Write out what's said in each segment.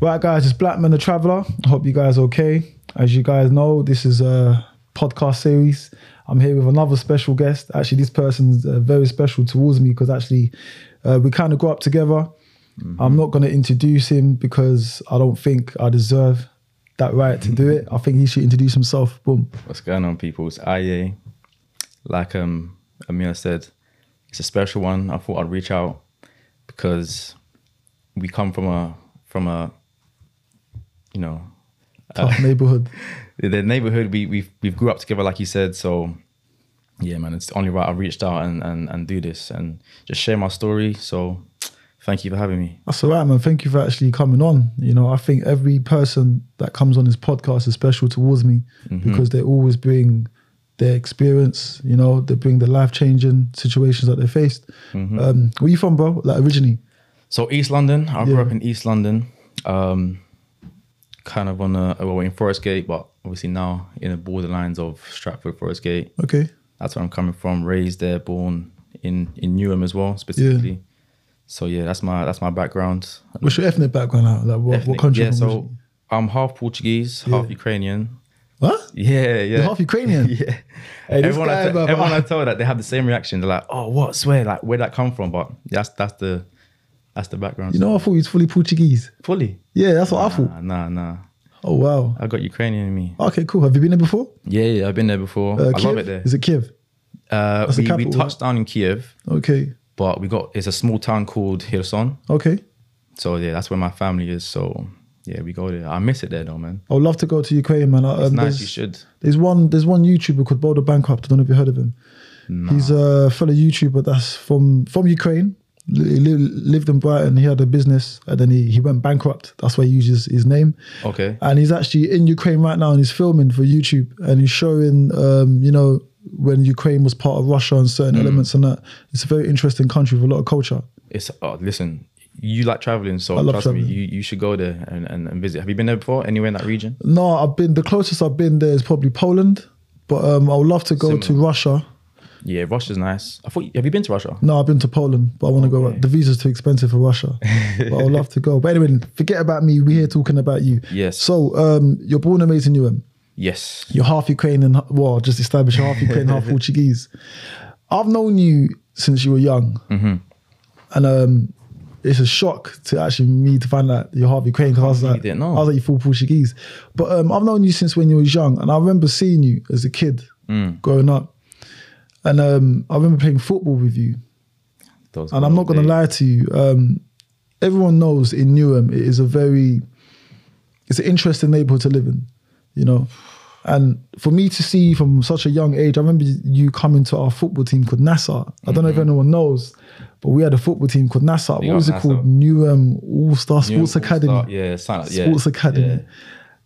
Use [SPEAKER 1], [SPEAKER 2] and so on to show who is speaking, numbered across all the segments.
[SPEAKER 1] Right, guys, it's Blackman the Traveler. I hope you guys are okay. As you guys know, this is a podcast series. I'm here with another special guest. Actually, this person's uh, very special towards me because actually, uh, we kind of grew up together. I'm not going to introduce him because I don't think I deserve that right to do it. I think he should introduce himself. Boom.
[SPEAKER 2] What's going on, people? It's Aye. Like um, Amir said, it's a special one. I thought I'd reach out because we come from a from a you know
[SPEAKER 1] Tough neighborhood.
[SPEAKER 2] the neighborhood. We we've we've grew up together, like you said. So yeah, man, it's only right I reached out and and and do this and just share my story. So thank you for having me.
[SPEAKER 1] That's all right, man. Thank you for actually coming on. You know, I think every person that comes on this podcast is special towards me
[SPEAKER 2] Mm-hmm.
[SPEAKER 1] because they always bring their experience, you know, they bring the life changing situations that they faced.
[SPEAKER 2] Mm-hmm.
[SPEAKER 1] Um, where you from, bro? Like originally?
[SPEAKER 2] So East London. I grew
[SPEAKER 1] Yeah.
[SPEAKER 2] up in East London. Um, kind of on a well in Forest Gate, but obviously now in the borderlines of Stratford Forest Gate.
[SPEAKER 1] Okay.
[SPEAKER 2] That's where I'm coming from. Raised there, born in in Newham as well, specifically. So yeah, that's my that's my background.
[SPEAKER 1] What's your ethnic background now? Like what, what
[SPEAKER 2] Ethnic-
[SPEAKER 1] country?
[SPEAKER 2] Yeah,
[SPEAKER 1] from
[SPEAKER 2] so
[SPEAKER 1] originally?
[SPEAKER 2] I'm half Portuguese, half Ukrainian.
[SPEAKER 1] what?
[SPEAKER 2] Yeah, yeah.
[SPEAKER 1] You're half Ukrainian?
[SPEAKER 2] yeah.
[SPEAKER 1] Hey, this
[SPEAKER 2] everyone,
[SPEAKER 1] guy,
[SPEAKER 2] I te-
[SPEAKER 1] bruv,
[SPEAKER 2] everyone
[SPEAKER 1] I-
[SPEAKER 2] I tell that they have the same reaction. They're like, "Oh, what? Swear? Like, where'd that come from?" But that's that's the that's the background.
[SPEAKER 1] You know, I thought he was fully Portuguese.
[SPEAKER 2] fully.
[SPEAKER 1] Yeah, that's what I thought.
[SPEAKER 2] Nah, nah, nah.
[SPEAKER 1] Oh, wow.
[SPEAKER 2] I got Ukrainian in me.
[SPEAKER 1] Okay, cool. Have you been there before?
[SPEAKER 2] Yeah, yeah. I've been there before. I
[SPEAKER 1] Uh, Kiev?
[SPEAKER 2] love it there.
[SPEAKER 1] Is it Kiev?
[SPEAKER 2] Uh,
[SPEAKER 1] that's the
[SPEAKER 2] we, we
[SPEAKER 1] capital,
[SPEAKER 2] touched down in Kiev,
[SPEAKER 1] Okay.
[SPEAKER 2] but we got it's a small town called Kherson.
[SPEAKER 1] Okay.
[SPEAKER 2] So yeah, that's where my family is. So yeah, we go there. I miss it there though, man.
[SPEAKER 1] I would love to go to Ukraine, man. I-
[SPEAKER 2] It's
[SPEAKER 1] um,
[SPEAKER 2] nice.
[SPEAKER 1] there's-
[SPEAKER 2] You should.
[SPEAKER 1] There's one there's one YouTuber called Boulder Bankrupt. I don't know if you heard of him. He's a fellow YouTuber that's from from Ukraine. Li- li- lived in Brighton. He had a business, and then he, he went bankrupt. That's why he uses his name.
[SPEAKER 2] Okay.
[SPEAKER 1] And he's actually in Ukraine right now, and he's filming for YouTube, and he's showing, um, you know, when Ukraine was part of Russia and certain elements and that. It's a very interesting country with a lot of culture.
[SPEAKER 2] It's oh, listen. You like traveling, so
[SPEAKER 1] love
[SPEAKER 2] trust me,
[SPEAKER 1] traveling.
[SPEAKER 2] you, you should go there and, and, and visit. Have you been there before? Anywhere in that region?
[SPEAKER 1] No, I've been the closest I've been there is probably Poland, but um, I would love to go to Russia.
[SPEAKER 2] Yeah, Russia's nice. I thought. Have you been to Russia?
[SPEAKER 1] No, I've been to Poland, but I want to go. The visa's too expensive for Russia, but I'd love to go. But anyway, forget about me. We're here talking about you.
[SPEAKER 2] Yes.
[SPEAKER 1] So, um, you're born and raised in Newham.
[SPEAKER 2] Yes.
[SPEAKER 1] You're half Ukrainian. Well, I just established you're half Ukrainian, half Portuguese. I've known you since you were young,
[SPEAKER 2] Mm-hmm.
[SPEAKER 1] and um, it's a shock to actually me to find out you're half Ukrainian. Cause I was like,
[SPEAKER 2] didn't know.
[SPEAKER 1] I was like, you full Portuguese. But um, I've known you since when you was young, and I remember seeing you as a kid
[SPEAKER 2] Mm.
[SPEAKER 1] growing up, and um, I remember playing football with you.
[SPEAKER 2] Those
[SPEAKER 1] And
[SPEAKER 2] good
[SPEAKER 1] I'm not
[SPEAKER 2] old
[SPEAKER 1] going to
[SPEAKER 2] days.
[SPEAKER 1] lie to you. Um, everyone knows in Newham it is a very, it's an interesting neighborhood to live in, you know. And for me to see from such a young age, I remember you coming to our football team called Nassau. I don't know if
[SPEAKER 2] Mm-hmm.
[SPEAKER 1] anyone knows, but we had a football team called Nassau.
[SPEAKER 2] Big
[SPEAKER 1] what
[SPEAKER 2] up
[SPEAKER 1] was it
[SPEAKER 2] Nassau.
[SPEAKER 1] called? Newham All Star
[SPEAKER 2] Newham
[SPEAKER 1] Sports Academy.
[SPEAKER 2] All-Star- Yeah, sign up. Yeah.
[SPEAKER 1] Sports Academy.
[SPEAKER 2] Yeah.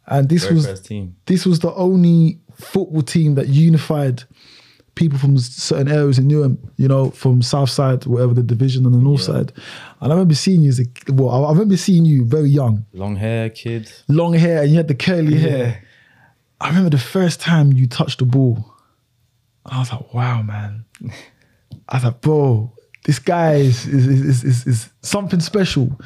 [SPEAKER 1] And this
[SPEAKER 2] Very
[SPEAKER 1] was
[SPEAKER 2] first team.
[SPEAKER 1] this was the only football team that unified people from s- certain areas in Newham, you know, from South Side, whatever the division, and the North Side. And I remember seeing you as a well, I- I remember seeing you very young,
[SPEAKER 2] Long hair, kid.
[SPEAKER 1] long hair, and you had the curly hair. I remember the first time you touched the ball. I was like, wow, man. I was like, bro, this guy is is, is, is, is, is something special.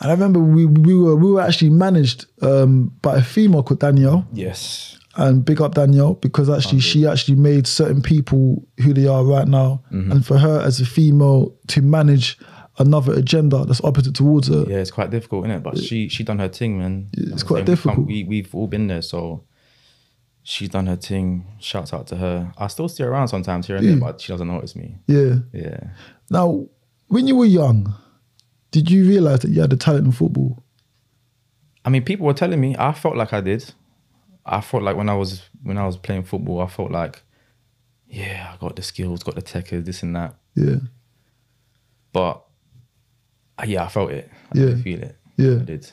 [SPEAKER 1] And I remember we, we were we were actually managed um, by a female called Danielle
[SPEAKER 2] Yes.
[SPEAKER 1] and big up Danielle because actually she actually made certain people who they are right now,
[SPEAKER 2] Mm-hmm.
[SPEAKER 1] and for her as a female to manage another agenda that's opposite towards her.
[SPEAKER 2] Yeah, it's quite difficult, isn't it? But she she done her thing, man.
[SPEAKER 1] It's
[SPEAKER 2] Like I
[SPEAKER 1] quite
[SPEAKER 2] said, we come-
[SPEAKER 1] difficult.
[SPEAKER 2] We we've all been there, so she's done her thing. Shouts out to her. I still see her around sometimes here and there, but she doesn't notice me.
[SPEAKER 1] Yeah.
[SPEAKER 2] Yeah.
[SPEAKER 1] Now, when you were young, did you realize that you had a talent in football?
[SPEAKER 2] I mean, people were telling me. I felt like I did. I felt like when I was when I was playing football, I felt like, yeah, I got the skills, got the techers, this and that.
[SPEAKER 1] Yeah.
[SPEAKER 2] But uh, yeah, I felt it. I
[SPEAKER 1] Yeah.
[SPEAKER 2] did feel it.
[SPEAKER 1] Yeah.
[SPEAKER 2] I did.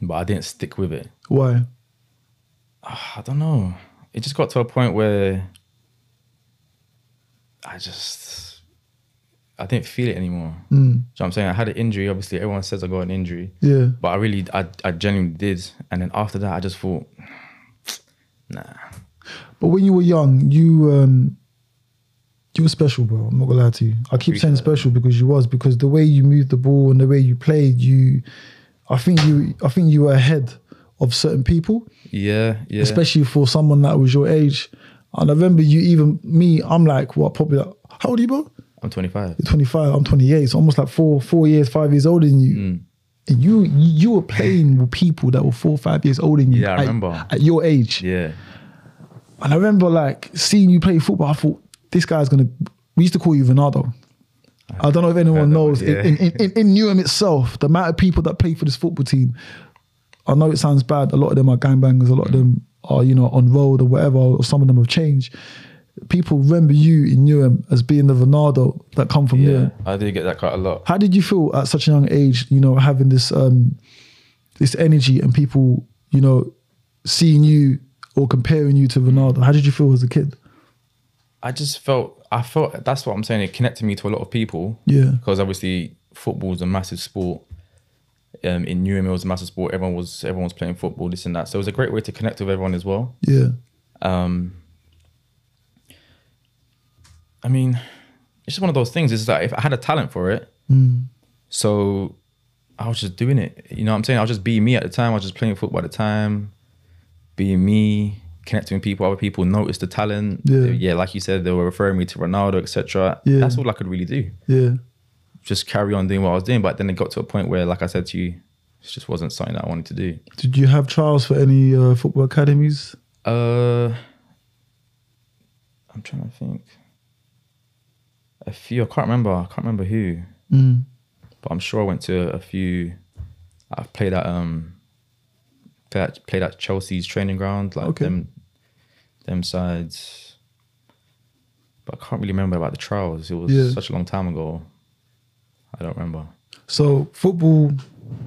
[SPEAKER 2] But I didn't stick with it.
[SPEAKER 1] Why?
[SPEAKER 2] I don't know. It just got to a point where I just I didn't feel it anymore. Mm. Do you know what I'm saying? I had an injury. Obviously, everyone says I got an injury.
[SPEAKER 1] Yeah.
[SPEAKER 2] But I really, I, I genuinely did. And then after that, I just thought, nah.
[SPEAKER 1] But when you were young, you um you were special, bro. I'm not gonna lie to you. I keep saying
[SPEAKER 2] Appreciate
[SPEAKER 1] special because you was because the way you moved the ball and the way you played, you I think you I think you were ahead of certain people,
[SPEAKER 2] Yeah, yeah.
[SPEAKER 1] especially for someone that was your age. And I remember you even me. I'm like what probably like, how old are you, bro?
[SPEAKER 2] I'm 25.
[SPEAKER 1] You're 25. I'm 28. So almost like four four years, five years older than you.
[SPEAKER 2] Mm.
[SPEAKER 1] And you you were playing with people that were four five years older than you.
[SPEAKER 2] Yeah, I
[SPEAKER 1] at,
[SPEAKER 2] remember.
[SPEAKER 1] at your age.
[SPEAKER 2] Yeah,
[SPEAKER 1] And I remember like seeing you play football. I thought this guy's gonna. We used to call you Ronaldo. I don't know if anyone
[SPEAKER 2] that
[SPEAKER 1] knows.
[SPEAKER 2] one, yeah.
[SPEAKER 1] In, in, in, in Newham itself, the amount of people that play for this football team, I know it sounds bad. A lot of them are gangbangers. A lot of them are, you know, on road or whatever. Or some of them have changed. People remember you in Newham as being the Ronaldo that come from
[SPEAKER 2] yeah.
[SPEAKER 1] Newham.
[SPEAKER 2] I do get that quite a lot.
[SPEAKER 1] How did you feel at such a young age? You know, having this um, this energy and people, you know, seeing you or comparing you to Ronaldo. How did you feel as a kid?
[SPEAKER 2] I just felt, I felt that's what I'm saying. It connected me to a lot of people.
[SPEAKER 1] Yeah.
[SPEAKER 2] Because obviously, football's a massive sport. Um, in Newham, it was a massive sport. Everyone was everyone was playing football, this and that. So it was a great way to connect with everyone as well.
[SPEAKER 1] Yeah.
[SPEAKER 2] Um, I mean, it's just one of those things. Is that if I had a talent for it,
[SPEAKER 1] Hmm.
[SPEAKER 2] so I was just doing it. You know what I'm saying? I was just being me at the time. I was just playing football at the time, being me, connecting with people. Other people noticed the talent.
[SPEAKER 1] Yeah.
[SPEAKER 2] like you said, they were referring me to Ronaldo, etc.
[SPEAKER 1] Yeah.
[SPEAKER 2] That's all I could really do.
[SPEAKER 1] Yeah.
[SPEAKER 2] Just carry on doing what I was doing. But then it got to a point where, like I said to you, it just wasn't something that I wanted to do.
[SPEAKER 1] Did you have trials for any uh, football academies?
[SPEAKER 2] Uh, I'm trying to think. A few. I can't remember. I can't remember who,
[SPEAKER 1] Mm.
[SPEAKER 2] but I'm sure I went to a few. I've played at um, played at, played at Chelsea's training ground, like
[SPEAKER 1] Okay.
[SPEAKER 2] them, them sides. But I can't really remember about the trials. It was
[SPEAKER 1] Yeah.
[SPEAKER 2] such a long time ago. I don't remember.
[SPEAKER 1] So football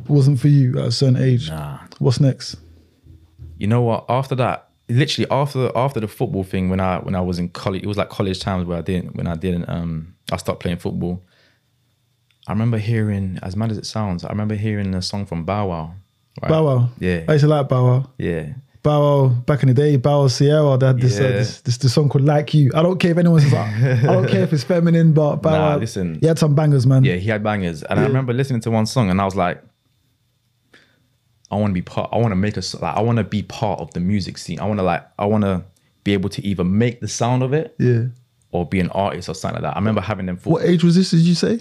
[SPEAKER 1] wasn't for you at a certain age.
[SPEAKER 2] Nah.
[SPEAKER 1] What's next?
[SPEAKER 2] you know what? After that, literally after after the football thing, when I when I was in college, it was like college times where I didn't when I didn't um I stopped playing football. I remember hearing, as mad as it sounds, I remember hearing a song from Bow Wow. right?
[SPEAKER 1] Bow Wow.
[SPEAKER 2] Yeah.
[SPEAKER 1] I used to like Bow Wow.
[SPEAKER 2] Yeah.
[SPEAKER 1] Bow Wow, back in the day, Bow Wow Sierra, they had this, uh,
[SPEAKER 2] Yeah.
[SPEAKER 1] this, this this song called Like You. I don't care if anyone says, I don't care if it's feminine, but Bow
[SPEAKER 2] Nah,
[SPEAKER 1] Wow,
[SPEAKER 2] listen.
[SPEAKER 1] he had some bangers, man.
[SPEAKER 2] Yeah, he had bangers. And I remember listening to one song and I was like, I want to be part, I want to make a, s- like, I want to be part of the music scene. I want to like, I want to be able to either make the sound of it
[SPEAKER 1] Yeah.
[SPEAKER 2] or be an artist or something like that. I remember having them thoughts.
[SPEAKER 1] What age was this, did you say?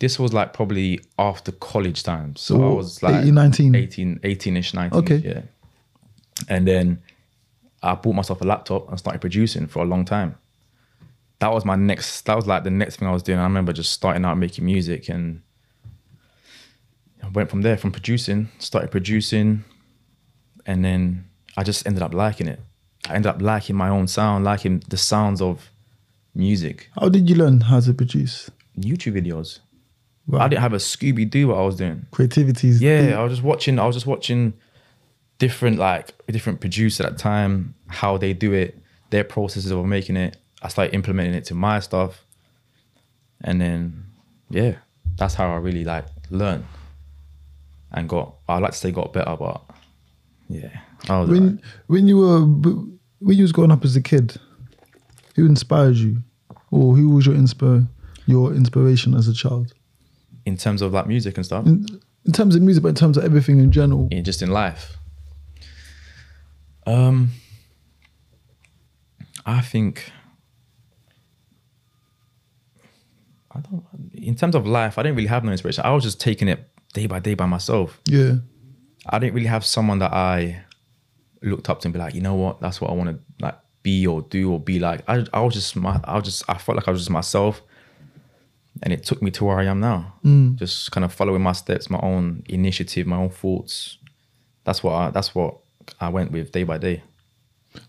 [SPEAKER 2] this was like probably after college time. So,
[SPEAKER 1] So
[SPEAKER 2] I
[SPEAKER 1] what-
[SPEAKER 2] was like
[SPEAKER 1] 18, 19?
[SPEAKER 2] 18, 18-ish, 19
[SPEAKER 1] Okay.
[SPEAKER 2] Yeah. And then I bought myself a laptop and started producing for a long time. That was my next, that was like the next thing I was doing. I remember just starting out making music and I went from there, from producing, started producing. And then I just ended up liking it. I ended up liking my own sound, liking the sounds of music,
[SPEAKER 1] How did you learn how to produce?
[SPEAKER 2] YouTube videos.
[SPEAKER 1] Wow.
[SPEAKER 2] I didn't have a Scooby Doo what I was doing.
[SPEAKER 1] Creativity is
[SPEAKER 2] Yeah,
[SPEAKER 1] deep.
[SPEAKER 2] I was just watching. I was just watching different like different producers at that time, how they do it, their processes of making it. I started implementing it to my stuff, and then yeah, that's how I really like learned and got. I like to say got better, but yeah, I was.
[SPEAKER 1] When
[SPEAKER 2] alright.
[SPEAKER 1] when you were when you was growing up as a kid, who inspired you, or who was your inspire your inspiration as a child?
[SPEAKER 2] in terms of like music and stuff,
[SPEAKER 1] In, in terms of music, but in terms of everything in general,
[SPEAKER 2] in, just in life. Um, I think I don't. In terms of life, I didn't really have no inspiration. I was just taking it day by day by myself.
[SPEAKER 1] yeah,
[SPEAKER 2] I didn't really have someone that I looked up to and be like, you know what, that's what I want to like be or do or be like. I I was just my I was just I felt like I was just myself, and it took me to where I am now. Just kind of following my steps, my own initiative, my own thoughts. That's what I, that's what I went with day by day.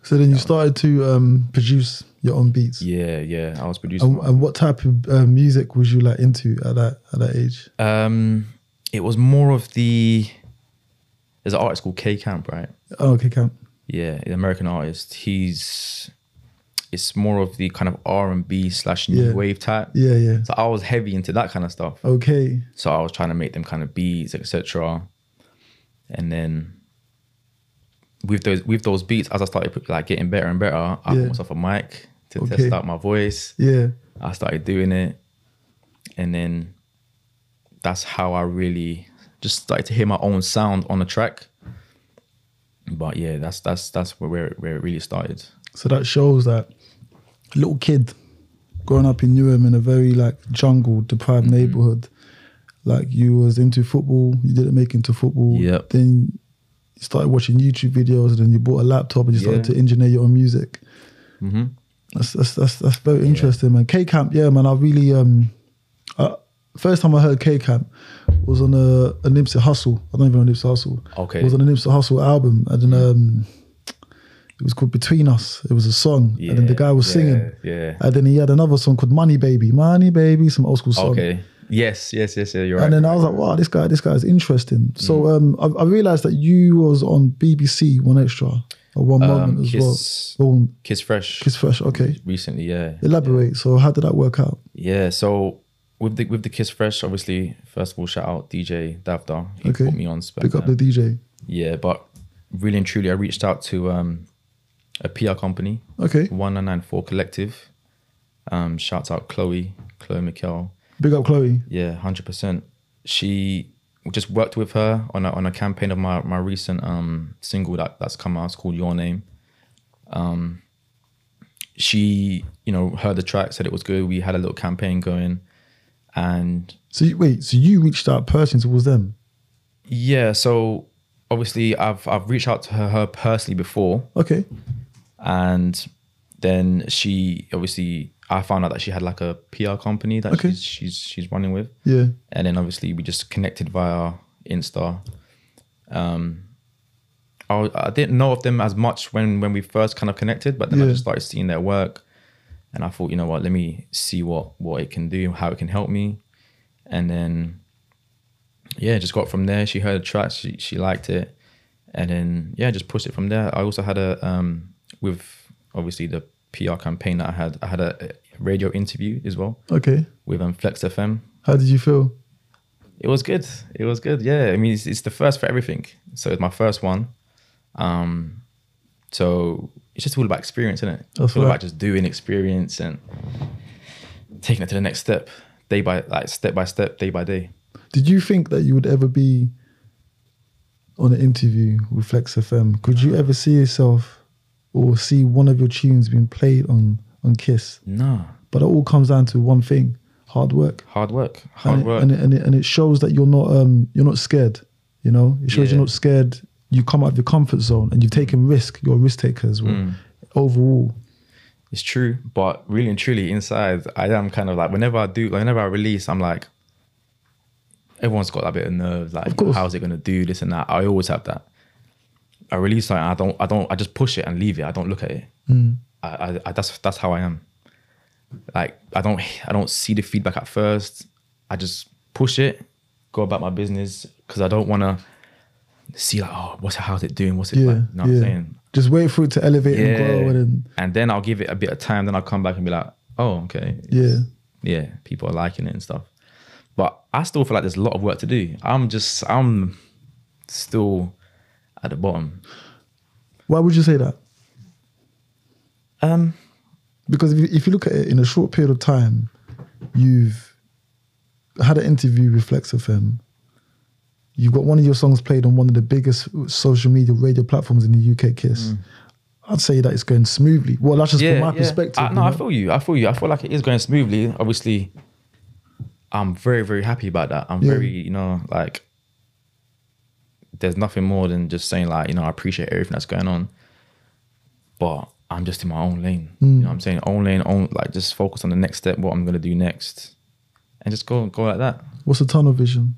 [SPEAKER 1] so then you started to um, produce your own beats.
[SPEAKER 2] Yeah, yeah. I was producing.
[SPEAKER 1] And, and what type of uh, music was you like into at that at that age?
[SPEAKER 2] Um, it was more of the. There's an artist called K Camp, right?
[SPEAKER 1] Oh, okay, camp.
[SPEAKER 2] yeah, an American artist. He's it's more of the kind of R and B slash new
[SPEAKER 1] Yeah.
[SPEAKER 2] wave type.
[SPEAKER 1] Yeah, yeah.
[SPEAKER 2] So I was heavy into that kind of stuff.
[SPEAKER 1] Okay,
[SPEAKER 2] So I was trying to make them kind of beats, etc. And then with those with those beats, as I started like getting better and better, I
[SPEAKER 1] Yeah.
[SPEAKER 2] got myself a mic to
[SPEAKER 1] Okay.
[SPEAKER 2] test out my voice.
[SPEAKER 1] yeah,
[SPEAKER 2] I started doing it, and then that's how I really just started to hear my own sound on the track. But yeah, that's that's that's where it- where it really started.
[SPEAKER 1] So that shows that little kid growing up in Newham in a very like jungle deprived
[SPEAKER 2] Mm-hmm.
[SPEAKER 1] neighborhood, like you was into football, you didn't make into football.
[SPEAKER 2] Yep.
[SPEAKER 1] Then you started watching YouTube videos, and then you bought a laptop and you started
[SPEAKER 2] Yeah.
[SPEAKER 1] to engineer your own music.
[SPEAKER 2] Mm-hmm.
[SPEAKER 1] That's that's that's, that's very interesting, man. K Camp, yeah, man. I really um, uh, first time I heard K Camp was on a, a Nipsey Hustle. I don't even know Nipsey Hustle.
[SPEAKER 2] Okay.
[SPEAKER 1] it was on a Nipsey Hustle album, and then um, it was called Between Us. It was a song, and then the guy was singing, Uh,
[SPEAKER 2] Yeah.
[SPEAKER 1] and then he had another song called Money Baby, Money Baby, some old school song.
[SPEAKER 2] Okay. Yes. Yes. Yes. Yeah. You're right.
[SPEAKER 1] And then I was like, wow, this guy, this guy is interesting. So
[SPEAKER 2] Mm.
[SPEAKER 1] um, I, I realized that you was on BBC One Extra or One Moment as
[SPEAKER 2] Um, Kiss-
[SPEAKER 1] well. Boom,
[SPEAKER 2] Kids Fresh.
[SPEAKER 1] Kiss Fresh. Okay,
[SPEAKER 2] recently. Yeah.
[SPEAKER 1] elaborate. So how did that work out?
[SPEAKER 2] Yeah, so with the with the Kiss Fresh, obviously, first of all, shout out DJ Davda. He
[SPEAKER 1] Okay.
[SPEAKER 2] put me on spec.
[SPEAKER 1] Pick up the DJ.
[SPEAKER 2] Yeah, but really and truly, I reached out to um, a PR company,
[SPEAKER 1] Okay.
[SPEAKER 2] 1994 Collective. Um, shout out Chloe, Chloe McKell.
[SPEAKER 1] Big up Chloe.
[SPEAKER 2] Yeah, hundred percent. She we just worked with her on a, on a campaign of my my recent um single that that's come out. It's called Your Name. Um, she you know heard the track, said it was good. We had a little campaign going, and
[SPEAKER 1] So you, wait, so you reached out personally towards them.
[SPEAKER 2] yeah, so obviously I've I've reached out to her, her personally before,
[SPEAKER 1] Okay.
[SPEAKER 2] and then she obviously I found out that she had like a PR company that
[SPEAKER 1] Okay.
[SPEAKER 2] she's, she's she's running with.
[SPEAKER 1] Yeah.
[SPEAKER 2] and then obviously we just connected via Insta. Um, I, I didn't know of them as much when when we first kind of connected, but then I
[SPEAKER 1] Yeah.
[SPEAKER 2] just started seeing their work, and I thought, you know what, let me see what what it can do, how it can help me, and then yeah, just got from there. She heard the track, she she liked it, and then yeah, just pushed it from there. I also had a um with obviously the PR campaign that I had, I had a, a radio interview as well
[SPEAKER 1] Okay.
[SPEAKER 2] with um, Flex FM.
[SPEAKER 1] How did you feel?
[SPEAKER 2] It was good. It was good. Yeah. I mean, it's, it's the first for everything. So it's my first one. Um, so it's just all about experience, isn't it?
[SPEAKER 1] That's
[SPEAKER 2] it's all
[SPEAKER 1] right.
[SPEAKER 2] about just doing experience and taking it to the next step, day by like step by step, day by day.
[SPEAKER 1] Did you think that you would ever be on an interview with Flex FM? Could you ever see yourself or see one of your tunes being played on on Kiss?
[SPEAKER 2] No,
[SPEAKER 1] But it all comes down to one thing: hard work.
[SPEAKER 2] hard work, hard
[SPEAKER 1] And it,
[SPEAKER 2] work.
[SPEAKER 1] and, it, and, it, and it shows that you're not um you're not scared. You know, it shows
[SPEAKER 2] Yeah.
[SPEAKER 1] you're not scared. You come out of your comfort zone and you've taken risk. You're a risk taker as well.
[SPEAKER 2] Mm.
[SPEAKER 1] Overall,
[SPEAKER 2] It's true, but really and truly, inside, I am kind of like whenever I do, like, whenever I release, I'm like, everyone's got that bit of nerves. Like,
[SPEAKER 1] Of course.
[SPEAKER 2] how's it gonna do this and that? I always have that. I release something, I don't, I don't, I just push it and leave it. I don't look at it.
[SPEAKER 1] Mm.
[SPEAKER 2] I, I, I, that's that's how I am. Like, I don't, I don't see the feedback at first. I just push it, go about my business because I don't want to see like, oh, what's how's it doing? What's it?
[SPEAKER 1] yeah,
[SPEAKER 2] like? You know what
[SPEAKER 1] yeah.
[SPEAKER 2] I'm saying?
[SPEAKER 1] Just wait for it to elevate and grow, and then
[SPEAKER 2] And then I'll give it a bit of time. Then I'll come back and be like, oh, okay.
[SPEAKER 1] Yeah.
[SPEAKER 2] Yeah. People are liking it and stuff. But I still feel like there's a lot of work to do. I'm just, I'm still at the bottom.
[SPEAKER 1] Why would you say that?
[SPEAKER 2] Um,
[SPEAKER 1] Because if you, if you look at it in a short period of time, you've had an interview with Flex FM. You've got one of your songs played on one of the biggest social media radio platforms in the UK, Kiss.
[SPEAKER 2] Mm.
[SPEAKER 1] I'd say that it's going smoothly. Well, that's just from my perspective.
[SPEAKER 2] I,
[SPEAKER 1] you
[SPEAKER 2] Uh, no, I
[SPEAKER 1] know?
[SPEAKER 2] feel you. I feel you. I feel like it is going smoothly. Obviously, I'm very, very happy about that. I'm
[SPEAKER 1] Yeah.
[SPEAKER 2] very, you know, like, there's nothing more than just saying, like, you know, I appreciate everything that's going on. But I'm just in my own lane. You know what
[SPEAKER 1] Hmm.
[SPEAKER 2] I'm saying? Own lane, own, like, just focus on the next step, what I'm going to do next, and just go go like that.
[SPEAKER 1] What's the tunnel vision?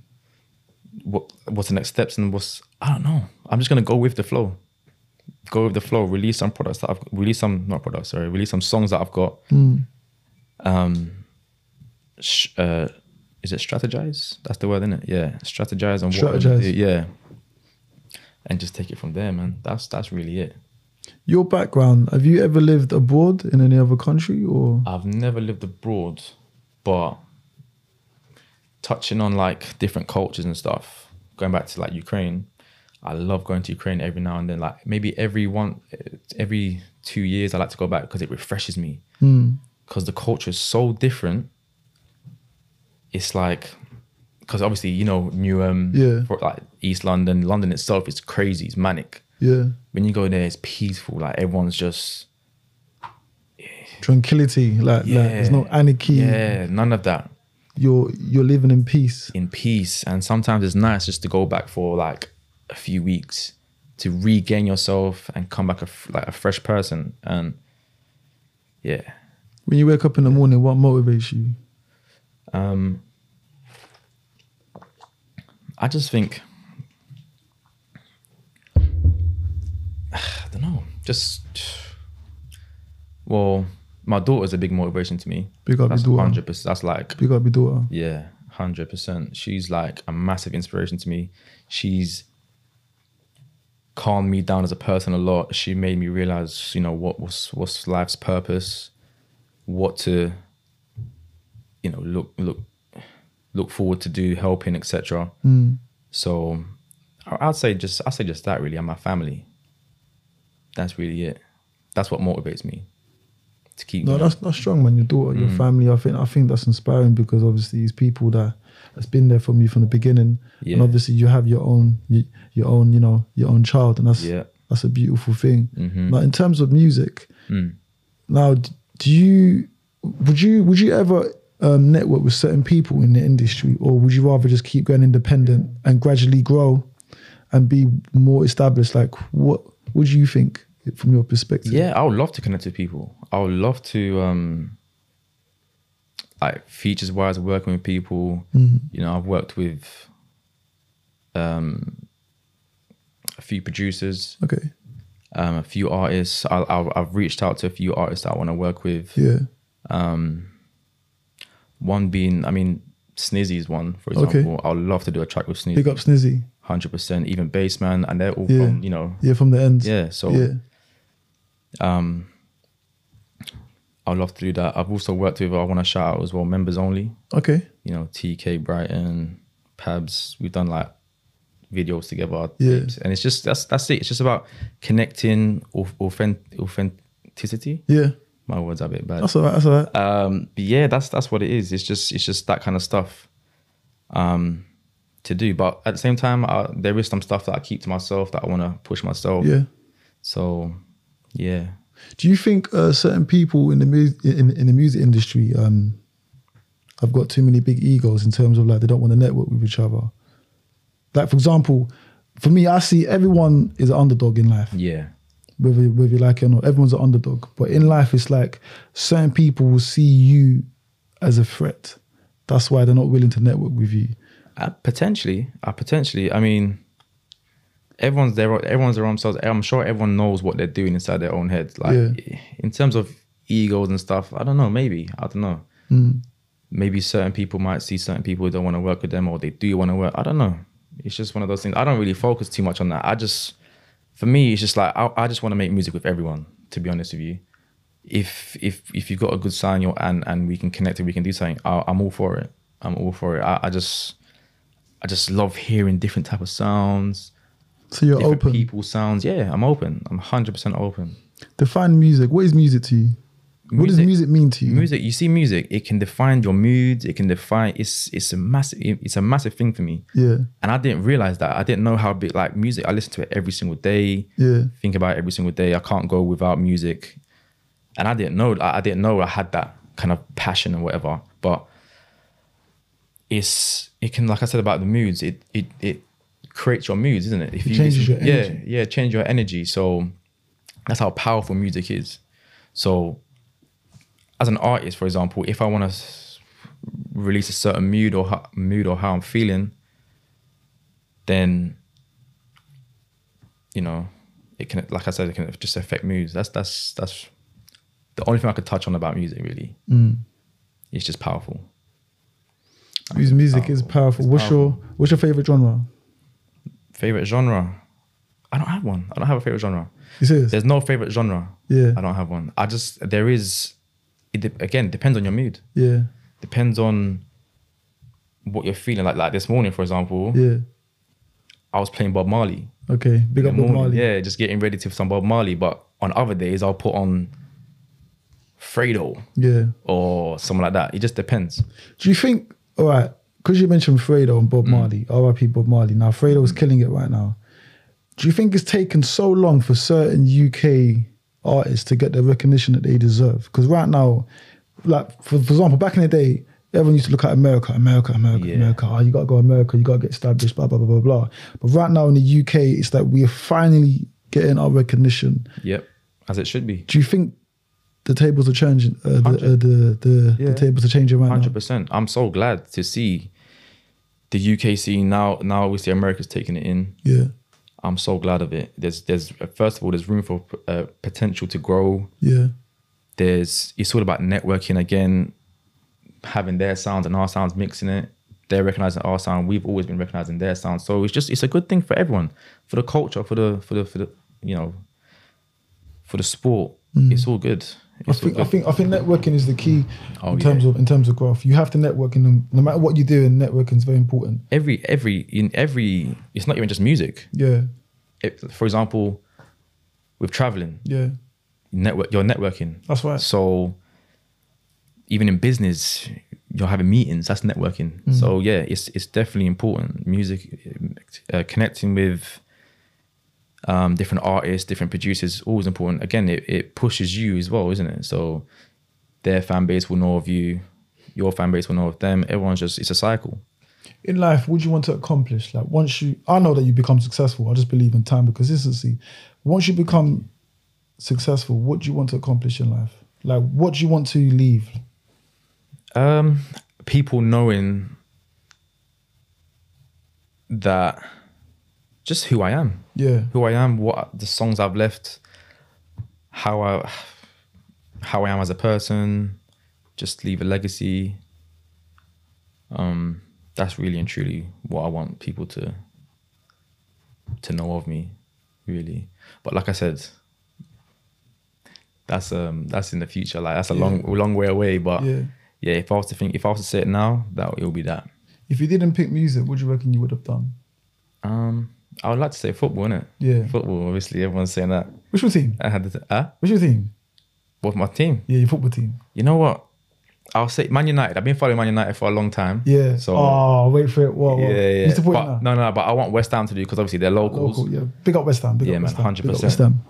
[SPEAKER 2] What What's the next steps and what's, I don't know. I'm just going to go with the flow. Go with the flow, release some products that I've, release some, not products, sorry, release some songs that I've got
[SPEAKER 1] Mm.
[SPEAKER 2] um sh- uh is it strategize that's the word in it yeah strategize on what
[SPEAKER 1] Strategize.
[SPEAKER 2] to do. yeah and just take it from there man that's that's really it
[SPEAKER 1] Your background, have you ever lived abroad in any other country or?
[SPEAKER 2] i've never lived abroad but touching on like different cultures and stuff going back to like ukraine i love going to ukraine every now and then like maybe every one every two years i like to go back because it refreshes me
[SPEAKER 1] Mm.
[SPEAKER 2] because the culture is so different. It's like because obviously you know New um
[SPEAKER 1] Yeah.
[SPEAKER 2] for, like East London, London itself is crazy, it's manic.
[SPEAKER 1] Yeah.
[SPEAKER 2] When you go there, it's peaceful. Like everyone's just
[SPEAKER 1] Tranquility. Like, like there's no
[SPEAKER 2] Yeah.
[SPEAKER 1] anarchy.
[SPEAKER 2] yeah, none of that
[SPEAKER 1] You're you're living in peace.
[SPEAKER 2] in peace. And sometimes it's nice just to go back for like a few weeks to regain yourself and come back a, f- like a fresh person. And yeah,
[SPEAKER 1] When you wake up in the morning, what motivates you?
[SPEAKER 2] Um, I just think I don't know. Just well, my daughter's a big motivation to me.
[SPEAKER 1] Big up
[SPEAKER 2] That's
[SPEAKER 1] your daughter.
[SPEAKER 2] hundred percent. That's like
[SPEAKER 1] Big up your daughter.
[SPEAKER 2] yeah, hundred percent. She's like a massive inspiration to me. She's calmed me down as a person a lot. She made me realize, you know, what was what's life's purpose, what to, you know, look look look forward to do, helping, etc.
[SPEAKER 1] Mm.
[SPEAKER 2] So, I- I'd say just I'd say just that really, and my family. That's really it. That's what motivates me to keep.
[SPEAKER 1] No,
[SPEAKER 2] going.
[SPEAKER 1] that's that's strong, man. Your daughter,
[SPEAKER 2] Mm.
[SPEAKER 1] your family. I think I think that's inspiring because obviously it's people that that's been there from you from the beginning, and
[SPEAKER 2] Yeah.
[SPEAKER 1] obviously you have your own your, your own you know your own child, and that's
[SPEAKER 2] Yeah.
[SPEAKER 1] that's a beautiful thing.
[SPEAKER 2] Mhm.
[SPEAKER 1] Now, in terms of music,
[SPEAKER 2] Mm.
[SPEAKER 1] now d- do you would you would you ever um, network with certain people in the industry, or would you rather just keep going independent and gradually grow and be more established? Like, what would you think from your perspective?
[SPEAKER 2] Yeah, I would love to connect with people. I would love to um like features wise working with people.
[SPEAKER 1] Mm-hmm.
[SPEAKER 2] You know, I've worked with um a few producers,
[SPEAKER 1] Okay.
[SPEAKER 2] um, a few artists. I, I've, I've reached out to a few artists that I want to work with.
[SPEAKER 1] Yeah.
[SPEAKER 2] One being, I mean, Snizzy's one, for
[SPEAKER 1] Okay.
[SPEAKER 2] example. I'd love to do a track with Snizzy,
[SPEAKER 1] Big up Snizzy.
[SPEAKER 2] 100%, even Bassman, and they're all
[SPEAKER 1] Yeah.
[SPEAKER 2] from, you know,
[SPEAKER 1] Yeah, from the ends.
[SPEAKER 2] yeah. So
[SPEAKER 1] yeah.
[SPEAKER 2] I'd love to do that. I've also worked with, I want to shout out as well, Members Only.
[SPEAKER 1] Okay.
[SPEAKER 2] you know, TK Brighton, Pabs. We've done like videos together,
[SPEAKER 1] Yeah.
[SPEAKER 2] tapes, and it's just that's that's it. It's just about connecting au- authentic, authenticity.
[SPEAKER 1] Yeah.
[SPEAKER 2] My words are a bit bad.
[SPEAKER 1] That's all right. That's all right.
[SPEAKER 2] Um, but yeah, that's that's what it is. It's just it's just that kind of stuff, um, to do. But at the same time, I, there is some stuff that I keep to myself that I want to push myself.
[SPEAKER 1] Yeah.
[SPEAKER 2] So, yeah,
[SPEAKER 1] Do you think uh, certain people in the mu- in, in the music industry um, have got too many big egos in terms of like they don't want to network with each other? Like for example, for me, I see everyone is an underdog in life,
[SPEAKER 2] yeah,
[SPEAKER 1] whether whether you like it or not. Everyone's an underdog, but in life, it's like certain people will see you as a threat. That's why they're not willing to network with you.
[SPEAKER 2] uh, potentially. I potentially. I mean. everyone's their everyone's their own selves. I'm sure everyone knows what they're doing inside their own heads. Like
[SPEAKER 1] Yeah.
[SPEAKER 2] in terms of egos and stuff, I don't know. Maybe I don't know. Maybe certain people might see certain people who don't want to work with them, or they do want to work. I don't know. It's just one of those things. I don't really focus too much on that. I just, for me, it's just like I, I just want to make music with everyone. To be honest with you, if if if you've got a good sign, you're, and and we can connect and we can do something, I, I'm all for it. I'm all for it. I, I just, I just love hearing different type of sounds
[SPEAKER 1] So you're
[SPEAKER 2] different
[SPEAKER 1] open.
[SPEAKER 2] people sounds yeah i'm open i'm 100% open
[SPEAKER 1] Define music. What is music to you? what does
[SPEAKER 2] Music-
[SPEAKER 1] music mean to you?
[SPEAKER 2] music you see music it can define your mood it can define it's it's a massive it's a massive thing for me
[SPEAKER 1] Yeah.
[SPEAKER 2] and i didn't realize that i didn't know how big like music i listen to it every single day
[SPEAKER 1] Yeah.
[SPEAKER 2] think about it every single day i can't go without music and i didn't know i I didn't know i had that kind of passion and whatever but it's it can like i said about the moods it it it creates your moods isn't it if you
[SPEAKER 1] changes
[SPEAKER 2] listen-
[SPEAKER 1] your
[SPEAKER 2] yeah
[SPEAKER 1] energy.
[SPEAKER 2] yeah change your energy so that's how powerful music is so as an artist for example if i want to release a certain mood or ho- mood or how i'm feeling then you know it can like i said it can just affect moods that's that's that's the only thing i could touch on about music really
[SPEAKER 1] Mm.
[SPEAKER 2] it's just powerful
[SPEAKER 1] Music, music is powerful.
[SPEAKER 2] It's
[SPEAKER 1] what's your what's your favorite genre?
[SPEAKER 2] favorite genre i don't have one i don't have a favorite genre
[SPEAKER 1] You serious?
[SPEAKER 2] there's no favorite genre
[SPEAKER 1] Yeah.
[SPEAKER 2] i don't have one i just there is it de- again depends on your mood
[SPEAKER 1] Yeah,
[SPEAKER 2] depends on what you're feeling like like this morning for example
[SPEAKER 1] yeah.
[SPEAKER 2] i was playing bob marley
[SPEAKER 1] Okay, big up
[SPEAKER 2] in the
[SPEAKER 1] Bob
[SPEAKER 2] morning.
[SPEAKER 1] Marley.
[SPEAKER 2] Yeah, just getting ready to some Bob Marley. But on other days, I'll put on Fredo
[SPEAKER 1] yeah.
[SPEAKER 2] or something like that. It just depends.
[SPEAKER 1] Do you think? All right, because you mentioned Fredo and
[SPEAKER 2] Mm.
[SPEAKER 1] Bob Marley, RIP Bob Marley. Now Fredo's killing it right now. Do you think it's taken so long for certain UK artists to get the recognition that they deserve? Because right now, like for, for example, back in the day, everyone used to look at America, America, America,
[SPEAKER 2] Yeah.
[SPEAKER 1] America. Oh, you gotta go America, you gotta get established, blah blah blah blah blah. But right now in the UK, it's that we are finally getting our recognition.
[SPEAKER 2] Yep, as it should be.
[SPEAKER 1] Do you think the tables are changing? Uh, the, uh, the the
[SPEAKER 2] Yeah.
[SPEAKER 1] the tables are changing right now.
[SPEAKER 2] Hundred percent. I'm so glad to see the UK scene now. Now obviously America's taking it in.
[SPEAKER 1] Yeah,
[SPEAKER 2] I'm so glad of it. There's there's first of all there's room for uh, potential to grow.
[SPEAKER 1] yeah,
[SPEAKER 2] There's it's all about networking again, having their sounds and our sounds mixing it. They're recognizing our sound. We've always been recognizing their sound. So it's just it's a good thing for everyone, for the culture, for the for the for the you know, for the sport. It's all good.
[SPEAKER 1] Mm. I
[SPEAKER 2] It's all
[SPEAKER 1] think I
[SPEAKER 2] good.
[SPEAKER 1] think I think networking is the key
[SPEAKER 2] Oh,
[SPEAKER 1] in terms
[SPEAKER 2] yeah.
[SPEAKER 1] of in terms of growth. You have to network, and no matter what you do, and networking is very important.
[SPEAKER 2] every every in every it's not even just music.
[SPEAKER 1] Yeah,
[SPEAKER 2] It, for example, with traveling,
[SPEAKER 1] yeah,
[SPEAKER 2] network you're networking.
[SPEAKER 1] that's right.
[SPEAKER 2] So even in business, you're having meetings. That's networking. So yeah, it's it's definitely important. Music, uh, connecting with um, different artists, different producers, is always important. Again, it, it pushes you as well, isn't it? So their fan base will know of you, your fan base will know of them. Everyone's just it's a cycle.
[SPEAKER 1] In life, what do you want to accomplish? Like once you, I know that you become successful. I just believe in time and consistency. Once you become successful, what do you want to accomplish in life? Like, what do you want to leave?
[SPEAKER 2] Um, people knowing that just who I am,
[SPEAKER 1] Yeah,
[SPEAKER 2] who I am, what the songs I've left, how I how I am as a person, just leave a legacy. Um, that's really and truly what I want people to to know of me, really. But like I said, that's um that's in the future. Like that's a
[SPEAKER 1] Yeah.
[SPEAKER 2] long long way away. But
[SPEAKER 1] yeah.
[SPEAKER 2] yeah, if I was to think, if I was to say it now, that it will be that.
[SPEAKER 1] If you didn't pick music, what do you reckon you would have done?
[SPEAKER 2] Um, I would like to say football, innit?
[SPEAKER 1] Yeah.
[SPEAKER 2] Football, obviously, everyone's saying that.
[SPEAKER 1] What's your team?
[SPEAKER 2] I had the huh?
[SPEAKER 1] What's your team?
[SPEAKER 2] What my team?
[SPEAKER 1] Yeah, your football team.
[SPEAKER 2] You know what? I'll say Man United. I've been following Man United for a long time.
[SPEAKER 1] Yeah.
[SPEAKER 2] So
[SPEAKER 1] oh, wait for it. Whoa, whoa.
[SPEAKER 2] yeah, yeah.
[SPEAKER 1] You support
[SPEAKER 2] But,
[SPEAKER 1] it now?
[SPEAKER 2] no, no, but I want West Ham to do because obviously they're locals.
[SPEAKER 1] Local, yeah. Big up West Ham. Big up
[SPEAKER 2] Yeah, man,
[SPEAKER 1] West Ham. Big up
[SPEAKER 2] 100%.
[SPEAKER 1] West Ham.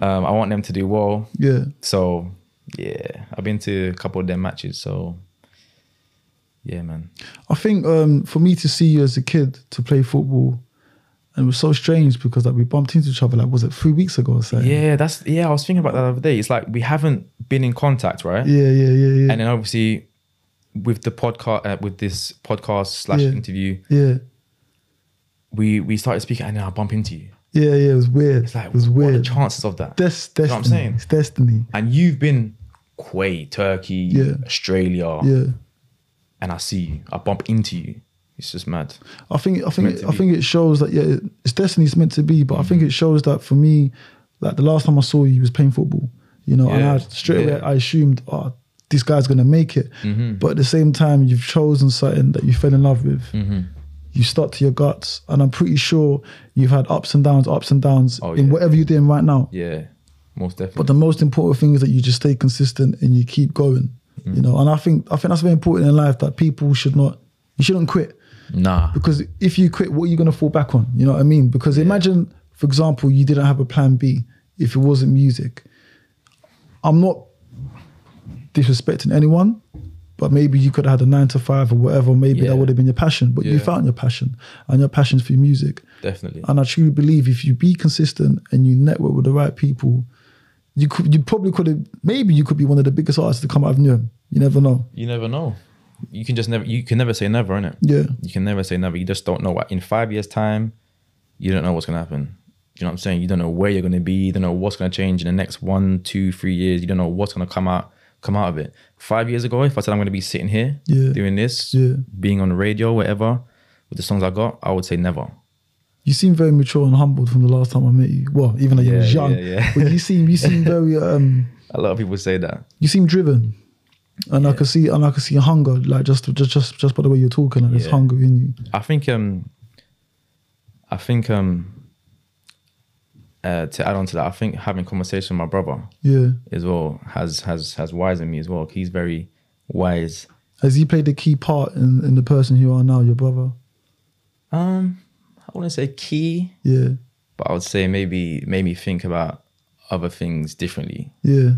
[SPEAKER 2] Um, I want them to do well.
[SPEAKER 1] Yeah.
[SPEAKER 2] So yeah, I've been to a couple of their matches. So yeah, man.
[SPEAKER 1] I think um, for me to see you as a kid to play football, and it was so strange because like we bumped into each other like was it three weeks ago or something?
[SPEAKER 2] Yeah, that's yeah. I was thinking about that the other day. It's like we haven't been in contact, right?
[SPEAKER 1] Yeah, yeah, yeah, yeah.
[SPEAKER 2] And then obviously with the podcast, uh, with this podcast slash
[SPEAKER 1] Yeah.
[SPEAKER 2] interview,
[SPEAKER 1] yeah.
[SPEAKER 2] we we started speaking, and then I bump into you.
[SPEAKER 1] Yeah, yeah. It was weird.
[SPEAKER 2] It's like
[SPEAKER 1] it was
[SPEAKER 2] what are the
[SPEAKER 1] weird.
[SPEAKER 2] chances of that?
[SPEAKER 1] That's
[SPEAKER 2] You
[SPEAKER 1] destiny.
[SPEAKER 2] know what I'm saying?
[SPEAKER 1] It's destiny.
[SPEAKER 2] and you've been Kuwait, Turkey,
[SPEAKER 1] Yeah.
[SPEAKER 2] Australia,
[SPEAKER 1] Yeah.
[SPEAKER 2] and I see you, I bump into you. It's just mad.
[SPEAKER 1] I think I think
[SPEAKER 2] meant to
[SPEAKER 1] I
[SPEAKER 2] be. Mm.
[SPEAKER 1] think it shows that yeah, it's destiny. It's meant to be, but I think it shows that for me, like the last time I saw you, you was playing football. You know, and I
[SPEAKER 2] Yeah,
[SPEAKER 1] straight away
[SPEAKER 2] yeah. Mm-hmm.
[SPEAKER 1] I assumed, oh, this guy's gonna make it. But at the same time, you've chosen something that you fell in love with.
[SPEAKER 2] Mm-hmm.
[SPEAKER 1] You stuck to your guts, and I'm pretty sure you've had ups and downs, ups and downs
[SPEAKER 2] Oh,
[SPEAKER 1] in
[SPEAKER 2] yeah.
[SPEAKER 1] whatever you're doing right now.
[SPEAKER 2] Yeah, most definitely.
[SPEAKER 1] But the most important thing is that you just stay consistent and you keep going.
[SPEAKER 2] Mm.
[SPEAKER 1] You know, and I think I think that's very important in life that people should not you shouldn't quit
[SPEAKER 2] nah.
[SPEAKER 1] because if you quit, what are you going to fall back on? You know what I mean? Because imagine, for example, you didn't have a plan B if it wasn't music. I'm not disrespecting anyone, but maybe you could have had a nine to five or whatever. Maybe
[SPEAKER 2] Yeah.
[SPEAKER 1] that would have been your passion, but you
[SPEAKER 2] Yeah.
[SPEAKER 1] found your passion, and your passion's through music.
[SPEAKER 2] Definitely.
[SPEAKER 1] And I truly believe if you be consistent and you network with the right people, you could, you probably could have, maybe you could be one of the biggest artists to come out of Newham. You never know.
[SPEAKER 2] You never know. You can just never. You can never say never, innit?
[SPEAKER 1] Yeah.
[SPEAKER 2] You can never say never. You just don't know what in five years' time, you don't know what's gonna happen. You know what I'm saying? You don't know where you're gonna be. You don't know what's gonna change in the next one, two, three years. You don't know what's gonna come out come out of it. Five years ago, if I said I'm gonna be sitting here
[SPEAKER 1] Yeah.
[SPEAKER 2] doing this,
[SPEAKER 1] Yeah.
[SPEAKER 2] being on the radio, whatever, with the songs I got, I would say never.
[SPEAKER 1] You seem very mature and humbled from the last time I met you. Well, even though you
[SPEAKER 2] Yeah,
[SPEAKER 1] was young,
[SPEAKER 2] yeah, yeah.
[SPEAKER 1] but you seem you seem very um
[SPEAKER 2] A lot of people say that.
[SPEAKER 1] you seem driven, and I could see and I could see hunger like just just just just by the way you're talking, like there's
[SPEAKER 2] Yeah.
[SPEAKER 1] hunger in you.
[SPEAKER 2] I think um I think um uh to add on to that, I think having conversation with my brother
[SPEAKER 1] Yeah,
[SPEAKER 2] as well has has has wise in me as well. He's very wise
[SPEAKER 1] Has he played a key part in, in the person you are now, your brother?
[SPEAKER 2] Um, I wouldn't say key,
[SPEAKER 1] Yeah,
[SPEAKER 2] but I would say maybe made me think about other things differently.
[SPEAKER 1] yeah,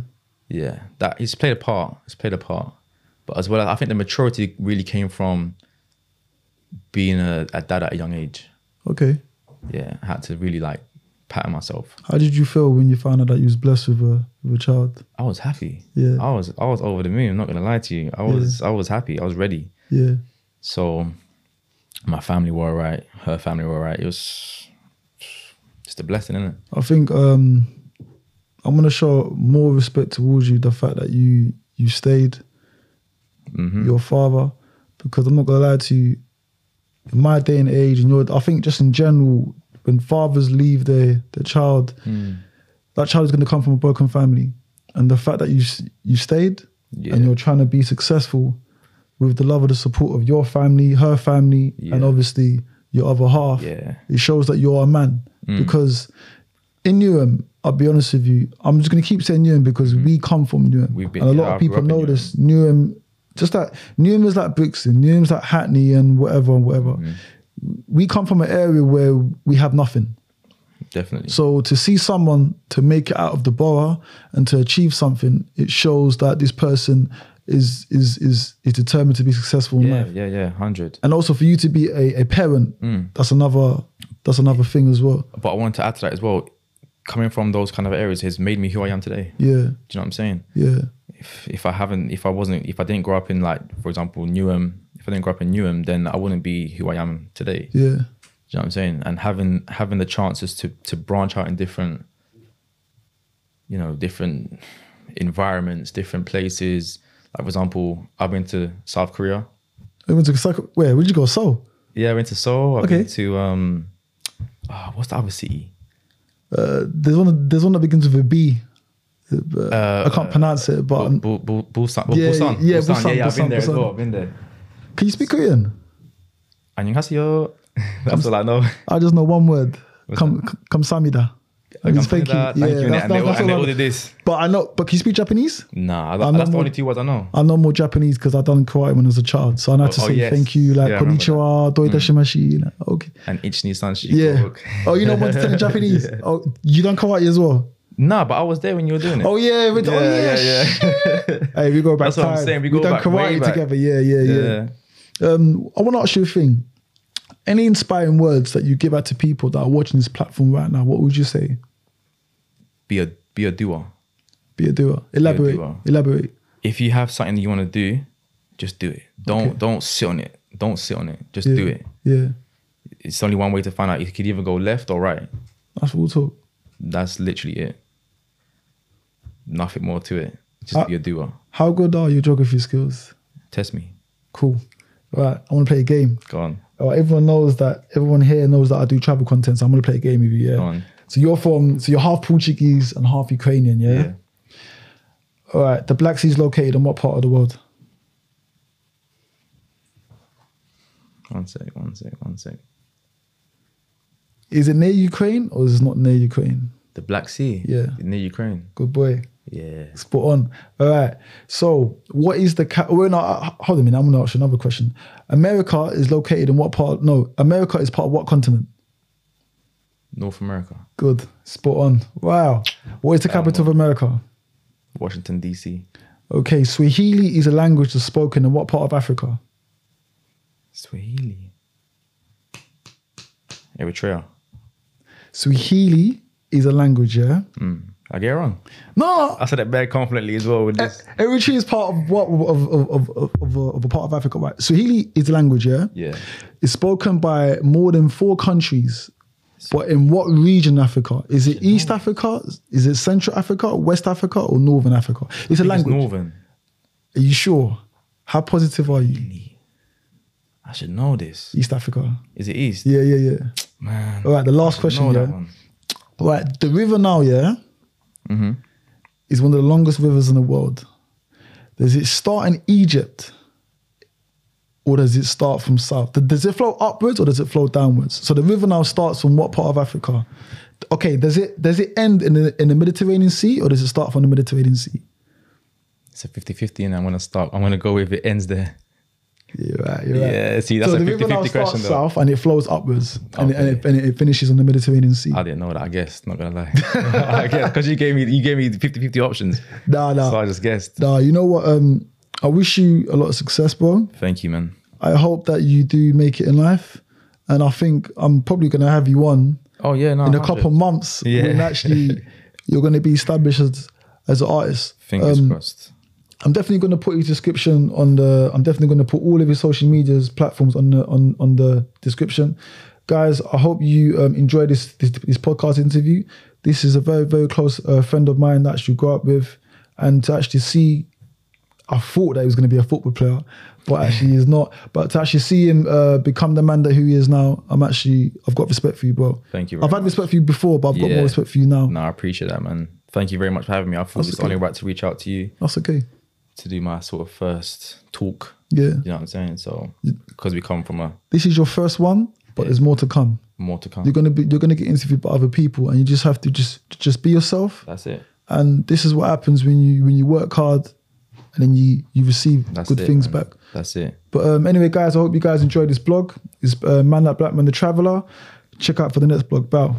[SPEAKER 2] Yeah, that he's played a part. He's played a part, but as well, I think the maturity really came from being a, a dad at a young age.
[SPEAKER 1] okay.
[SPEAKER 2] Yeah, I had to really like pattern myself.
[SPEAKER 1] How did you feel when you found out that you was blessed with a with a child?
[SPEAKER 2] I was happy.
[SPEAKER 1] Yeah.
[SPEAKER 2] I was I was over the moon. I'm not gonna lie to you. I was I was happy. I was ready.
[SPEAKER 1] Yeah,
[SPEAKER 2] So my family were alright. Her family were alright. It was just a blessing, isn't it?
[SPEAKER 1] I think um, I'm gonna show more respect towards you the fact that you you stayed
[SPEAKER 2] Mm-hmm.
[SPEAKER 1] your father because I'm not gonna lie to you. In my day and age, and your I think just in general, when fathers leave their their child,
[SPEAKER 2] Mm.
[SPEAKER 1] that child is gonna come from a broken family, and the fact that you s- you stayed
[SPEAKER 2] Yeah.
[SPEAKER 1] and you're trying to be successful with the love and the support of your family, her family, and
[SPEAKER 2] Yeah.
[SPEAKER 1] obviously your other half
[SPEAKER 2] Yeah. Mm.
[SPEAKER 1] it shows that you're a man because in Newham, I'll be honest with you, I'm just going to keep saying Newham because we come from Newham.
[SPEAKER 2] Mm. We've been-
[SPEAKER 1] and a
[SPEAKER 2] yeah,
[SPEAKER 1] lot
[SPEAKER 2] I
[SPEAKER 1] of
[SPEAKER 2] grew
[SPEAKER 1] people
[SPEAKER 2] up in
[SPEAKER 1] know
[SPEAKER 2] Newham.
[SPEAKER 1] this. Newham, just that Newham is like Brixton, Newham's like Hackney and whatever and whatever.
[SPEAKER 2] Mm.
[SPEAKER 1] We come from an area where we have nothing.
[SPEAKER 2] Definitely.
[SPEAKER 1] So to see someone to make it out of the borough and to achieve something, it shows that this person is is is is determined to be successful in
[SPEAKER 2] yeah,
[SPEAKER 1] life.
[SPEAKER 2] yeah, yeah, hundred.
[SPEAKER 1] And also for you to be a, a parent,
[SPEAKER 2] Mm.
[SPEAKER 1] that's another that's another thing as well.
[SPEAKER 2] But I wanted to add to that as well. Coming from those kind of areas has made me who I am today.
[SPEAKER 1] Yeah.
[SPEAKER 2] Do you know what I'm saying?
[SPEAKER 1] Yeah,
[SPEAKER 2] If if I haven't, if I wasn't, if I didn't grow up in like, for example, Newham, if I didn't grow up in Newham, then I wouldn't be who I am today.
[SPEAKER 1] yeah,
[SPEAKER 2] Do you know what I'm saying? And having having the chances to to branch out in different, you know, different environments, different places. Like for example, I've been to South Korea.
[SPEAKER 1] we went to Osaka. Where? Where'd you go? Seoul.
[SPEAKER 2] Yeah, I went to Seoul. I've
[SPEAKER 1] Okay.
[SPEAKER 2] been to um, ah, what's the other city?
[SPEAKER 1] Uh, there's one. There's one that begins with a B. Uh, I can't pronounce it, but
[SPEAKER 2] Bu-
[SPEAKER 1] um,
[SPEAKER 2] Bu- Bu- Busan.
[SPEAKER 1] yeah,
[SPEAKER 2] Busan.
[SPEAKER 1] yeah,
[SPEAKER 2] Busan.
[SPEAKER 1] Busan,
[SPEAKER 2] Yeah, yeah, I've
[SPEAKER 1] Busan,
[SPEAKER 2] been there as
[SPEAKER 1] Busan.
[SPEAKER 2] well. I've been there.
[SPEAKER 1] can you speak Korean?
[SPEAKER 2] 안녕하세요. That's all I know.
[SPEAKER 1] I just know one word. Come, come, samida. It's
[SPEAKER 2] Oh,
[SPEAKER 1] fake.
[SPEAKER 2] Thank you. And they- and they and they ordered this.
[SPEAKER 1] But I know. But can you speak Japanese?
[SPEAKER 2] Nah,
[SPEAKER 1] I'm
[SPEAKER 2] that-
[SPEAKER 1] not
[SPEAKER 2] that's the
[SPEAKER 1] more-
[SPEAKER 2] only two words I know.
[SPEAKER 1] I know more Japanese because I done karate when I was a child, so I know how to
[SPEAKER 2] Oh,
[SPEAKER 1] say
[SPEAKER 2] yes.
[SPEAKER 1] thank you, like
[SPEAKER 2] Yeah, I remember Mm.
[SPEAKER 1] konnichiwa, doitashimashi. You know, okay.
[SPEAKER 2] And Ichni Sanshi.
[SPEAKER 1] Yeah. Oh, you know what to say in Japanese? Oh, you done karate as well.
[SPEAKER 2] Nah, but I was there when you were doing it.
[SPEAKER 1] Oh yeah, we- oh yeah, shit. Hey, we go back.
[SPEAKER 2] That's what I'm
[SPEAKER 1] time.
[SPEAKER 2] saying, we go
[SPEAKER 1] done
[SPEAKER 2] back, way
[SPEAKER 1] karate
[SPEAKER 2] back.
[SPEAKER 1] together. Yeah, yeah,
[SPEAKER 2] yeah.
[SPEAKER 1] yeah. Um, I want to ask you a thing. Any inspiring words that you give out to people that are watching this platform right now? What would you say?
[SPEAKER 2] Be a be a doer.
[SPEAKER 1] Be a doer. Elaborate.
[SPEAKER 2] doer.
[SPEAKER 1] Elaborate.
[SPEAKER 2] If you have something you want to do, just do it. Don't
[SPEAKER 1] Okay.
[SPEAKER 2] don't sit on it. Don't sit on it. Just
[SPEAKER 1] Yeah.
[SPEAKER 2] do it.
[SPEAKER 1] Yeah,
[SPEAKER 2] It's only one way to find out. You could either go left or right.
[SPEAKER 1] that's what we'll talk.
[SPEAKER 2] That's literally it. Nothing more to it. Just
[SPEAKER 1] Uh,
[SPEAKER 2] be a doer.
[SPEAKER 1] How good are your geography skills?
[SPEAKER 2] Test me.
[SPEAKER 1] Cool. Right, I want to play a game.
[SPEAKER 2] Go on.
[SPEAKER 1] Oh, everyone knows that. Everyone here knows that I do travel content, so I'm gonna play a game with you. Yeah.
[SPEAKER 2] Go on.
[SPEAKER 1] So you're from. So you're half Portuguese and half Ukrainian. Yeah?
[SPEAKER 2] Yeah.
[SPEAKER 1] All right. The Black Sea is located in what part of the world?
[SPEAKER 2] One sec. One sec. One sec.
[SPEAKER 1] Is it near Ukraine or is it not near Ukraine?
[SPEAKER 2] The Black Sea.
[SPEAKER 1] Yeah.
[SPEAKER 2] Near Ukraine.
[SPEAKER 1] Good boy.
[SPEAKER 2] Yeah.
[SPEAKER 1] Spot on. All right. So, what is the ca- We're not. Hold on a minute. I'm going to ask you another question. America is located in what part? No, America is part of what continent?
[SPEAKER 2] North America.
[SPEAKER 1] Good. Spot on. Wow. What is the capital of America?
[SPEAKER 2] Washington D.C.
[SPEAKER 1] Okay. Swahili is a language that's spoken in what part of Africa?
[SPEAKER 2] Swahili. Eritrea.
[SPEAKER 1] Swahili is a language, yeah?
[SPEAKER 2] Mm. I get it wrong.
[SPEAKER 1] No.
[SPEAKER 2] I said it very confidently as well with
[SPEAKER 1] Uh,
[SPEAKER 2] this.
[SPEAKER 1] Eritrea is part of what of of, of, of, of, a, of a part of Africa, right? Swahili is a language, yeah?
[SPEAKER 2] Yeah.
[SPEAKER 1] It's spoken by more than four countries. But in what region in Africa? Is it East Africa? Is it Central Africa, West Africa, or Northern Africa? It's a
[SPEAKER 2] It's
[SPEAKER 1] language.
[SPEAKER 2] northern.
[SPEAKER 1] Are you sure? How positive are you?
[SPEAKER 2] I should know this.
[SPEAKER 1] East Africa.
[SPEAKER 2] Is it east?
[SPEAKER 1] Yeah, yeah, yeah.
[SPEAKER 2] Man.
[SPEAKER 1] All right, the last question.
[SPEAKER 2] know
[SPEAKER 1] yeah.
[SPEAKER 2] that one.
[SPEAKER 1] All right, the river now, yeah, Mm-hmm. is one of the longest rivers in the world. Does it start in Egypt, or does it start from south? Th- Does it flow upwards or does it flow downwards? So the river now starts from what part of Africa? Okay, does it does it end in the in the Mediterranean Sea or does it start from the Mediterranean Sea?
[SPEAKER 2] It's a 50 50, and I'm going to start. I'm going to go with it ends there.
[SPEAKER 1] You're right. You're right.
[SPEAKER 2] Yeah, see, that's
[SPEAKER 1] so
[SPEAKER 2] a
[SPEAKER 1] the
[SPEAKER 2] 50
[SPEAKER 1] river now
[SPEAKER 2] 50 question,
[SPEAKER 1] starts
[SPEAKER 2] though.
[SPEAKER 1] south and it flows upwards and, it, and, it,
[SPEAKER 2] Okay.
[SPEAKER 1] and it finishes on the Mediterranean Sea.
[SPEAKER 2] I didn't know that, I guessed, not gonna lie. I guess because you gave me you gave me 50 50 options.
[SPEAKER 1] Nah, nah.
[SPEAKER 2] So I just guessed.
[SPEAKER 1] Nah, you know what? Um, I wish you a lot of success, bro.
[SPEAKER 2] Thank you, man.
[SPEAKER 1] I hope that you do make it in life. And I think I'm probably going to have you on
[SPEAKER 2] Oh, yeah, no.
[SPEAKER 1] in a
[SPEAKER 2] 100.
[SPEAKER 1] couple months
[SPEAKER 2] Yeah.
[SPEAKER 1] when actually you're going to be established as, as an artist.
[SPEAKER 2] Fingers
[SPEAKER 1] Um,
[SPEAKER 2] crossed.
[SPEAKER 1] I'm definitely going to put his description on the. I'm definitely going to put all of his social medias platforms on the on on the description, guys. I hope you um, enjoy this, this this podcast interview. This is a very very close uh, friend of mine that I actually grew up with, and to actually see, I thought that he was going to be a football player, but actually he's not. But to actually see him uh, become the man that who he is now, I'm actually I've got respect for you, bro.
[SPEAKER 2] Thank you very
[SPEAKER 1] I've had
[SPEAKER 2] much.
[SPEAKER 1] respect for you before, but I've got
[SPEAKER 2] Yeah.
[SPEAKER 1] more respect for you now.
[SPEAKER 2] No, I appreciate that, man. Thank you very much for having me. I thought
[SPEAKER 1] That's
[SPEAKER 2] it's
[SPEAKER 1] okay.
[SPEAKER 2] only right to reach out to you
[SPEAKER 1] That's okay.
[SPEAKER 2] to do my sort of first talk.
[SPEAKER 1] Yeah,
[SPEAKER 2] You know what I'm saying? So, because we come from a
[SPEAKER 1] this is your first one, but there's more to come.
[SPEAKER 2] more to come.
[SPEAKER 1] you're gonna be you're gonna get interviewed by other people, and you just have to just just be yourself.
[SPEAKER 2] That's it.
[SPEAKER 1] And this is what happens when you when you work hard, and then you you receive
[SPEAKER 2] That's
[SPEAKER 1] good
[SPEAKER 2] it,
[SPEAKER 1] things
[SPEAKER 2] man.
[SPEAKER 1] back.
[SPEAKER 2] That's it.
[SPEAKER 1] But um, anyway, guys, I hope you guys enjoyed this blog. It's uh, Man Like Black Man the Traveler. Check out for the next blog. Bow.